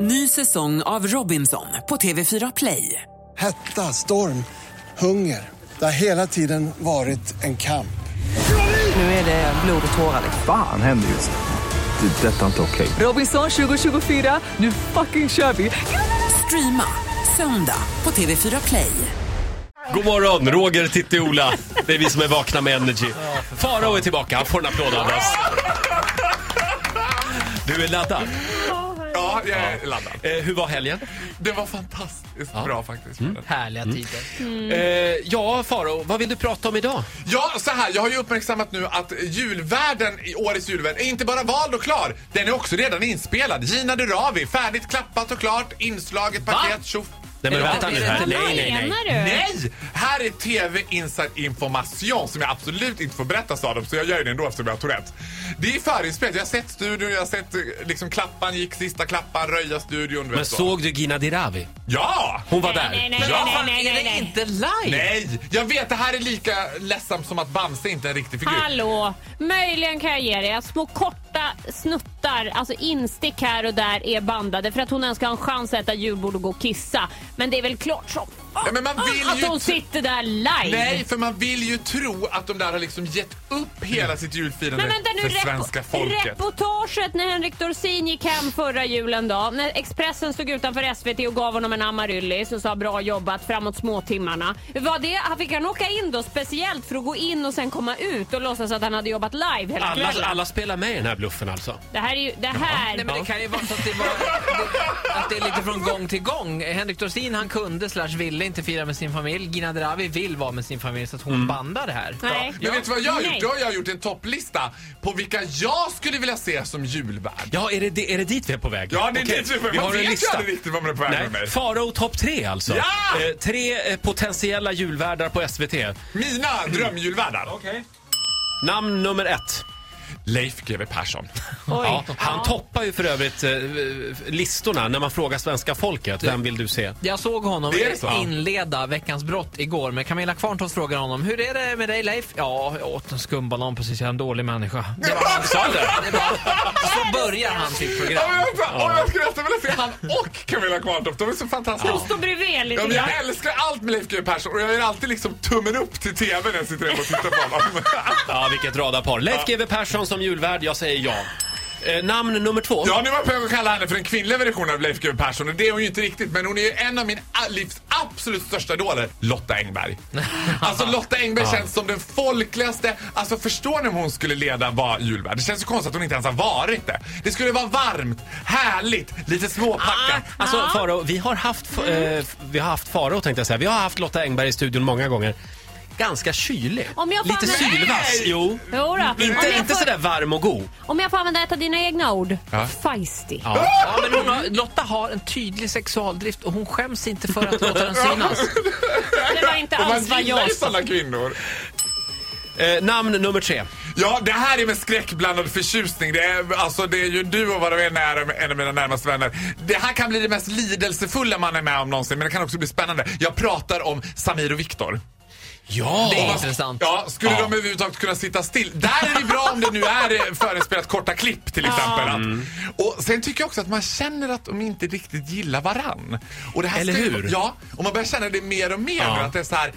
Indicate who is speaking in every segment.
Speaker 1: Ny säsong av Robinson på TV4 Play.
Speaker 2: Hetta, storm, hunger. Det har hela tiden varit en kamp.
Speaker 1: Nu är det blod och tårar.
Speaker 3: Fan händer just nu. Det. är Detta är inte okej.
Speaker 1: Robinson 2024, nu fucking kör vi! Streama söndag på TV4 Play.
Speaker 4: God morgon, Roger, Titti, Ola. Det är vi som är vakna med Energy. Farao är tillbaka, han får en applåd av oss. Du är laddad.
Speaker 5: Ja, jag är laddad.
Speaker 4: Eh, hur var helgen?
Speaker 5: Det var fantastiskt bra faktiskt.
Speaker 6: Härliga tider.
Speaker 4: Eh, ja, Farao, vad vill du prata om idag?
Speaker 5: Ja, så här. Jag har ju uppmärksammat nu att julvärlden, i årets julvärld, är inte bara vald och klar. Den är också redan inspelad. Gina Dirawi, färdigt klappat och klart. Inslaget, paket, tjoff.
Speaker 4: Nej, men vänta nu här.
Speaker 7: Eh, Vad
Speaker 4: Nej, nej, nej.
Speaker 7: menar du?
Speaker 5: Nej! Här är TV Inside Information som jag absolut inte får berätta sa de, så jag gör det ändå eftersom jag har Tourette. Det är förinspelat. Jag har sett studion, jag har sett eh, liksom klappan gick, sista klappan, röja studion. du
Speaker 4: Men
Speaker 5: vet
Speaker 4: såg du Gina Dirawi?
Speaker 5: Ja!
Speaker 4: Hon var
Speaker 7: Nej,
Speaker 4: där.
Speaker 7: nej,
Speaker 5: Ja,
Speaker 7: nej,
Speaker 5: fan,
Speaker 7: nej, nej, nej, nej.
Speaker 6: Inte live!
Speaker 5: Nej! Jag vet, det här är lika ledsamt som att Bamse inte är en riktig figur.
Speaker 7: Hallå! Möjligen kan jag ge dig att små korta snuttar, alltså instick här och där, är bandade för att hon ens ska ha en chans att äta julbord och gå och kissa. Men det är väl klart som
Speaker 5: Ja, men man vill
Speaker 7: att
Speaker 5: ju
Speaker 7: hon
Speaker 5: inte-
Speaker 7: sitter där live!
Speaker 5: Nej, för man vill ju tro att de där har liksom gett upp hela sitt julfirande
Speaker 7: Men vänta nu,
Speaker 5: för
Speaker 7: repo-
Speaker 5: svenska folket.
Speaker 7: reportaget när Henrik Dorsin gick hem förra julen då. När Expressen stod utanför SVT och gav honom en amaryllis och sa bra jobbat framåt småtimmarna. Var det, han fick han åka in då speciellt för att gå in och sen komma ut och låtsas att han hade jobbat live hela
Speaker 4: Alla,
Speaker 7: kvällen?
Speaker 4: alla spelar med i den här bluffen alltså.
Speaker 7: Det här är ju, det här.
Speaker 6: Nej, men det kan ju vara så att det, var, att det är lite från gång till gång. Henrik Dorsin han kunde slash ville inte fira med sin familj. Gina Dravi vill vara med sin familj så att
Speaker 5: Mm.
Speaker 6: hon bandar det här.
Speaker 7: Nej.
Speaker 5: Men vet du vad jag har gjort?
Speaker 7: Nej.
Speaker 5: Då har jag gjort en topplista på vilka jag skulle vilja se som julvärd.
Speaker 4: Ja, är det, är det dit vi är på väg?
Speaker 5: Ja, det är
Speaker 4: Okej,
Speaker 5: dit vi är på väg.
Speaker 4: Vi
Speaker 5: Man
Speaker 4: har en
Speaker 5: vet ju
Speaker 4: lista.
Speaker 5: aldrig riktigt vad man är på väg med
Speaker 4: Nej,
Speaker 5: mig.
Speaker 4: Farao topp tre alltså.
Speaker 5: Ja!
Speaker 4: Eh, tre eh, potentiella julvärdar på SVT.
Speaker 5: Mina drömjulvärdar.
Speaker 4: Namn nummer ett.
Speaker 5: Leif GW Persson.
Speaker 7: Oj.
Speaker 4: Ja, han toppar ju för övrigt eh, listorna när man frågar svenska folket. Vem vill du se?
Speaker 6: Jag såg honom
Speaker 5: Det är så.
Speaker 6: inleda Veckans brott igår med Camilla Kvarntorp frågade honom Hur är det med dig Leif? Ja, jag åt en skumbanan precis, jag är en dålig människa. Det var han sa det. det var, så börjar han sitt
Speaker 5: Ja,
Speaker 6: program.
Speaker 5: men vänta, åh, jag skulle nästan vilja se han och Camilla Kvarntorp. De är så fantastiska.
Speaker 7: De står bredvid
Speaker 5: Ja,
Speaker 7: lite
Speaker 5: men
Speaker 7: grann.
Speaker 5: jag älskar allt med Leif GW Persson och jag gör alltid liksom tummen upp till TV när jag sitter hemma och tittar på honom.
Speaker 4: Ja, vilket radarpar. Leif GW Persson som julvärd, jag säger ja. Eh, namn nummer två.
Speaker 5: Ja, nu var jag på väg att kalla henne för den kvinnliga versionen av Leif GW Persson och det är hon ju inte riktigt men hon är ju en av min a- livs absolut största idoler, Lotta Engberg. Alltså Lotta Engberg känns som den folkligaste, alltså förstår ni om hon skulle leda var julvärd? Det känns ju konstigt att hon inte ens har varit det. Det skulle vara varmt, härligt, lite småpackat.
Speaker 7: Ah,
Speaker 4: Alltså Faro, vi har haft, eh,
Speaker 5: Mm.
Speaker 4: f- vi har haft Faro tänkte jag säga. Vi har haft Lotta Engberg i studion många gånger. Ganska kylig.
Speaker 7: Om jag får
Speaker 4: Lite
Speaker 7: använda-
Speaker 4: sylvass. Jo.
Speaker 7: Jo då. om,
Speaker 4: Inte,
Speaker 7: jag
Speaker 4: inte
Speaker 7: får,
Speaker 4: sådär varm och god.
Speaker 7: om jag får använda ett av dina egna ord.
Speaker 5: Ja.
Speaker 7: Feisty.
Speaker 4: Ja.
Speaker 6: Ja, men hon har, Lotta har en tydlig sexualdrift och hon skäms inte för att låta den synas.
Speaker 7: Det var inte
Speaker 5: Och man
Speaker 7: alls vad
Speaker 5: gillar
Speaker 7: jag
Speaker 5: ju
Speaker 7: sa.
Speaker 5: sådana kvinnor.
Speaker 4: Eh, namn nummer tre.
Speaker 5: Ja, det här är med skräckblandad förtjusning. Det är, alltså, det är ju du och vad du är nära, en av mina närmaste vänner. Det här kan bli det mest lidelsefulla man är med om någonsin, men det kan också bli spännande. Jag pratar om Samir och Viktor.
Speaker 4: Ja!
Speaker 6: Det är intressant.
Speaker 5: Ja, skulle de överhuvudtaget kunna sitta still? Där är det bra om det nu är eh, förinspelat korta klipp till exempel.
Speaker 6: Mm.
Speaker 5: Att, och sen tycker jag också att man känner att de inte riktigt gillar varann. Och det här
Speaker 4: Eller
Speaker 5: ska ju-
Speaker 4: hur?
Speaker 5: Ja, och man börjar känna det mer och mer nu att det är så här...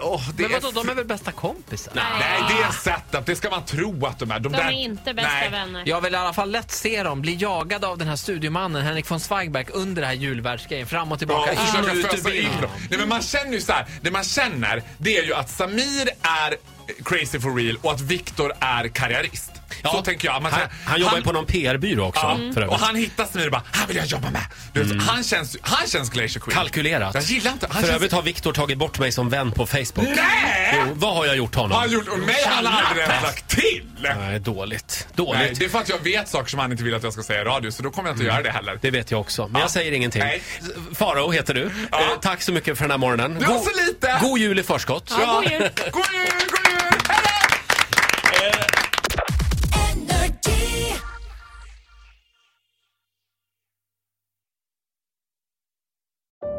Speaker 5: åh, det
Speaker 6: Men vadå,
Speaker 5: är
Speaker 6: de är väl bästa kompisar?
Speaker 5: Nej, det är setup. Det ska man tro att de är. De,
Speaker 7: De
Speaker 5: där...
Speaker 7: är inte bästa
Speaker 5: Nej.
Speaker 7: vänner.
Speaker 6: Jag vill i alla fall lätt se dem bli jagade av den här studiomannen Henrik von Zweigbergk under det här julvärldsgrejen. Fram och
Speaker 5: Ja,
Speaker 6: tillbaka.
Speaker 5: och
Speaker 6: in och
Speaker 5: försöka
Speaker 6: ut ur
Speaker 5: fösa in
Speaker 6: bild.
Speaker 5: dem. Nej, men man känner ju så här, det man känner det är ju att Samir är crazy for real och att Viktor är karriärist. Så tänker jag. Man
Speaker 4: han,
Speaker 5: säger,
Speaker 4: han jobbar ju på någon PR-byrå också.
Speaker 5: Ja,
Speaker 4: För övrigt. Mm.
Speaker 5: och han hittar Samir och bara, han vill jag jobba med. Du vet, han, känns, han känns Glacier Queen.
Speaker 4: Kalkylerat.
Speaker 5: Jag gillar inte, han
Speaker 4: För
Speaker 5: känns...
Speaker 4: övrigt har Viktor tagit bort mig som vän på Facebook.
Speaker 5: Nej!
Speaker 4: Jo, vad har jag gjort honom?
Speaker 5: Han har gjort, och mig har han aldrig ens lagt till.
Speaker 4: Nej, dåligt. Dåligt.
Speaker 5: Nej, det
Speaker 4: det...
Speaker 5: är för att jag vet saker som han inte vill att jag ska säga i radio så då kommer jag
Speaker 4: Mm.
Speaker 5: inte göra det heller.
Speaker 4: vet jag också, men jag säger ingenting.
Speaker 5: Nej.
Speaker 4: Farao heter du.
Speaker 5: Ja.
Speaker 4: Eh, tack så mycket för den här morgonen.
Speaker 5: Det var så lite!
Speaker 4: god jul i förskott.
Speaker 7: Ja, god jul.
Speaker 5: God jul, god jul! Hej då!